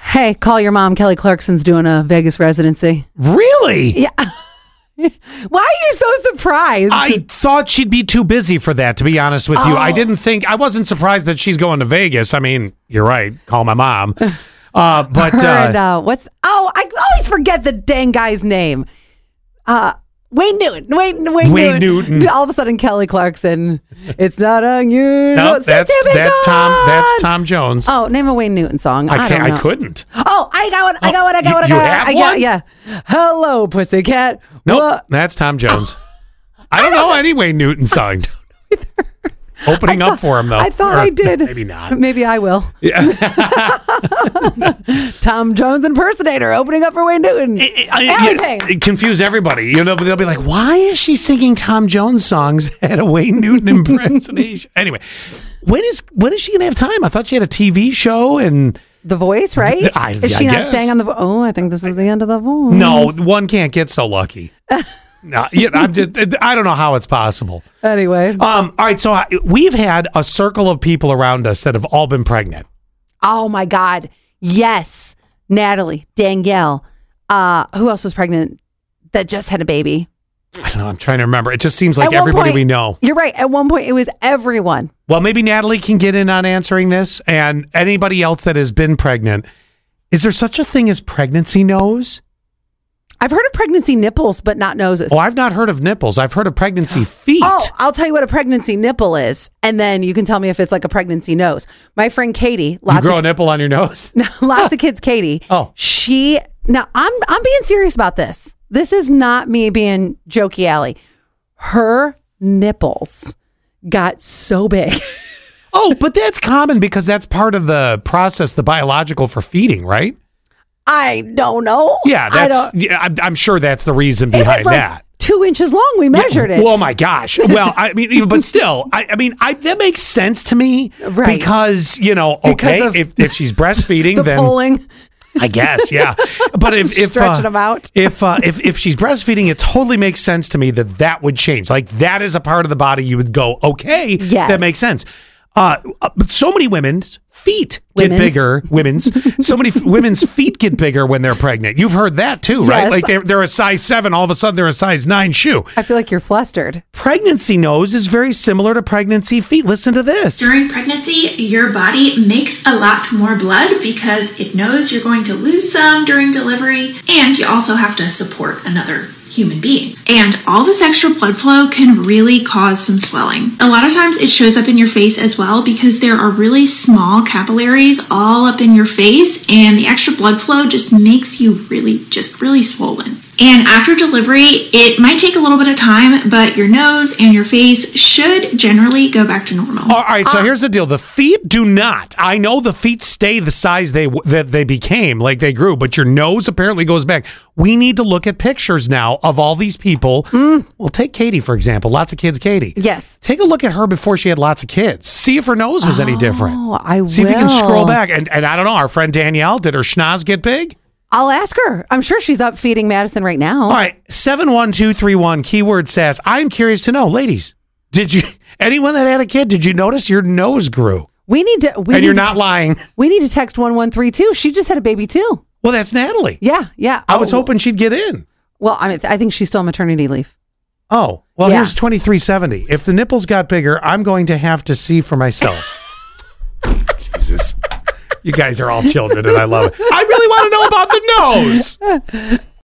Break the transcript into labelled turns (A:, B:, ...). A: Hey, call your mom. Kelly Clarkson's doing a Vegas residency.
B: Really?
A: Yeah. Why are you so surprised?
B: I thought she'd be too busy for that, to be honest with you. I
A: Oh.
B: didn't think, I wasn't surprised that she's going to Vegas. I mean, you're right. Call my mom. Uh, but
A: Her and,
B: uh,
A: uh, what's oh, I always forget the dang guy's name. Uh Wayne Newton. Wayne Wayne,
B: Wayne
A: Newton.
B: Newton.
A: All of a sudden, Kelly Clarkson. It's not on you.
B: no, that's that's Tom. That's Tom Jones.
A: Oh, name a Wayne Newton song. I,
B: I can't.
A: don't know.
B: I couldn't.
A: Oh, I got one. I got one. I
B: you-
A: got one. I
B: you
A: got one.
B: have
A: I got
B: one?
A: yeah. Hello, pussycat.
B: Nope,
A: What-
B: that's Tom Jones. I don't know any Wayne Newton songs. Opening up for him though.
A: I thought
B: Or
A: I did.
B: Oh. Maybe not.
A: Maybe I will. Tom Jones impersonator opening up for Wayne Newton. Everything.
B: It confuse everybody, you know. But they'll be like, "Why is she singing Tom Jones songs at a Wayne Newton impersonation?" anyway, when is when is she gonna have time? I thought she had a TV show, and
A: The Voice, right?
B: I-
A: Is
B: I
A: she not
B: guess.
A: staying on the? Vo- Oh, I think this is the end of the Voice.
B: no, one can't get so lucky. no, yeah, I'm just, I don't know how it's possible.
A: Anyway,
B: Um, all right, so I, we've had a circle of people around us that have all been pregnant.
A: oh my God, yes, Natalie, Danielle, uh, who else was pregnant that just had a baby?
B: I don't know. I'm trying to remember. It just seems like
A: At one
B: everybody
A: point-
B: we know.
A: You're right. At one point, it was everyone.
B: Well, maybe Natalie can get in on answering this and anybody else that has been pregnant. Is there such a thing as pregnancy nose?
A: I've heard of pregnancy nipples, but not noses.
B: Oh, I've not heard of nipples. I've heard of pregnancy feet.
A: Oh, I'll tell you what a pregnancy nipple is, and then you can tell me if it's like a pregnancy nose. My friend Katie,
B: you
A: lots
B: grow
A: of
B: a nipple on your nose?
A: No, lots of kids, Katie.
B: Oh.
A: She now I'm I'm being serious about this. This is not me being jokey alley. Her nipples got so big.
B: Oh, but that's common because that's part of the process, the biological for feeding, right?
A: I don't know.
B: Yeah,
A: I
B: that's.
A: don't-
B: yeah, I'm, I'm sure that's the reason
A: it was
B: behind
A: like
B: that.
A: Two inches long. We measured it.
B: Well, my gosh. Well, I mean, even- but still, I, I mean, I, that makes sense to me,
A: Right.
B: Because you know,
A: Because
B: okay,
A: of
B: if, if she's breastfeeding,
A: the
B: then
A: polling.
B: I guess, yeah. But if if
A: Stretching 'em out.
B: if uh, if if she's breastfeeding, it totally makes sense to me that that would change. Like that is a part of the body you would go, okay,
A: Yes.
B: that makes sense. Uh, uh, but so many women's feet
A: Women's.
B: get bigger. Women's so many f- women's feet get bigger when they're pregnant. You've heard that too, right?
A: Yes.
B: Like they're, they're a size seven, all of a sudden they're a size nine shoe.
A: I feel like you're flustered.
B: Pregnancy nose is very similar to pregnancy feet. Listen to this.
C: During pregnancy, your body makes a lot more blood because it knows you're going to lose some during delivery, and you also have to support another human being. And all this extra blood flow can really cause some swelling. A lot of times it shows up in your face as well because there are really small capillaries all up in your face, and the extra blood flow just makes you really, just really swollen. And after delivery, it might take a little bit of time, but your nose and your face should generally go back to normal.
B: All right,
A: Uh,
B: so here's the deal: the feet do not. I know the feet stay the size they w- that they became, like they grew, but your nose apparently goes back. We need to look at pictures now of all these people.
A: Mm.
B: Well, take Katie for example. Lots of kids, Katie.
A: Yes.
B: Take a look at her before she had lots of kids. See if her nose was any different.
A: Oh, I
B: See if you can scroll
A: will.
B: back. And and I don't know. Our friend Danielle, did her schnoz get big?
A: I'll ask her. I'm sure she's up feeding Madison right now.
B: All right, seven one two three one. Keyword says, "I'm curious to know, ladies, did you anyone that had a kid? Did you notice your nose grew?"
A: We need to. We
B: and
A: need
B: you're
A: to-
B: not lying.
A: We need to text one one three two. She just had a baby too.
B: Well, that's Natalie.
A: Yeah, yeah.
B: I was
A: Oh,
B: hoping she'd get in.
A: Well, I mean, I think she's still on maternity leave.
B: Oh, well,
A: Yeah.
B: here's 2370. If the nipples got bigger, I'm going to have to see for myself. Jesus. You guys are all children, and I love it. I really want to know about the nose.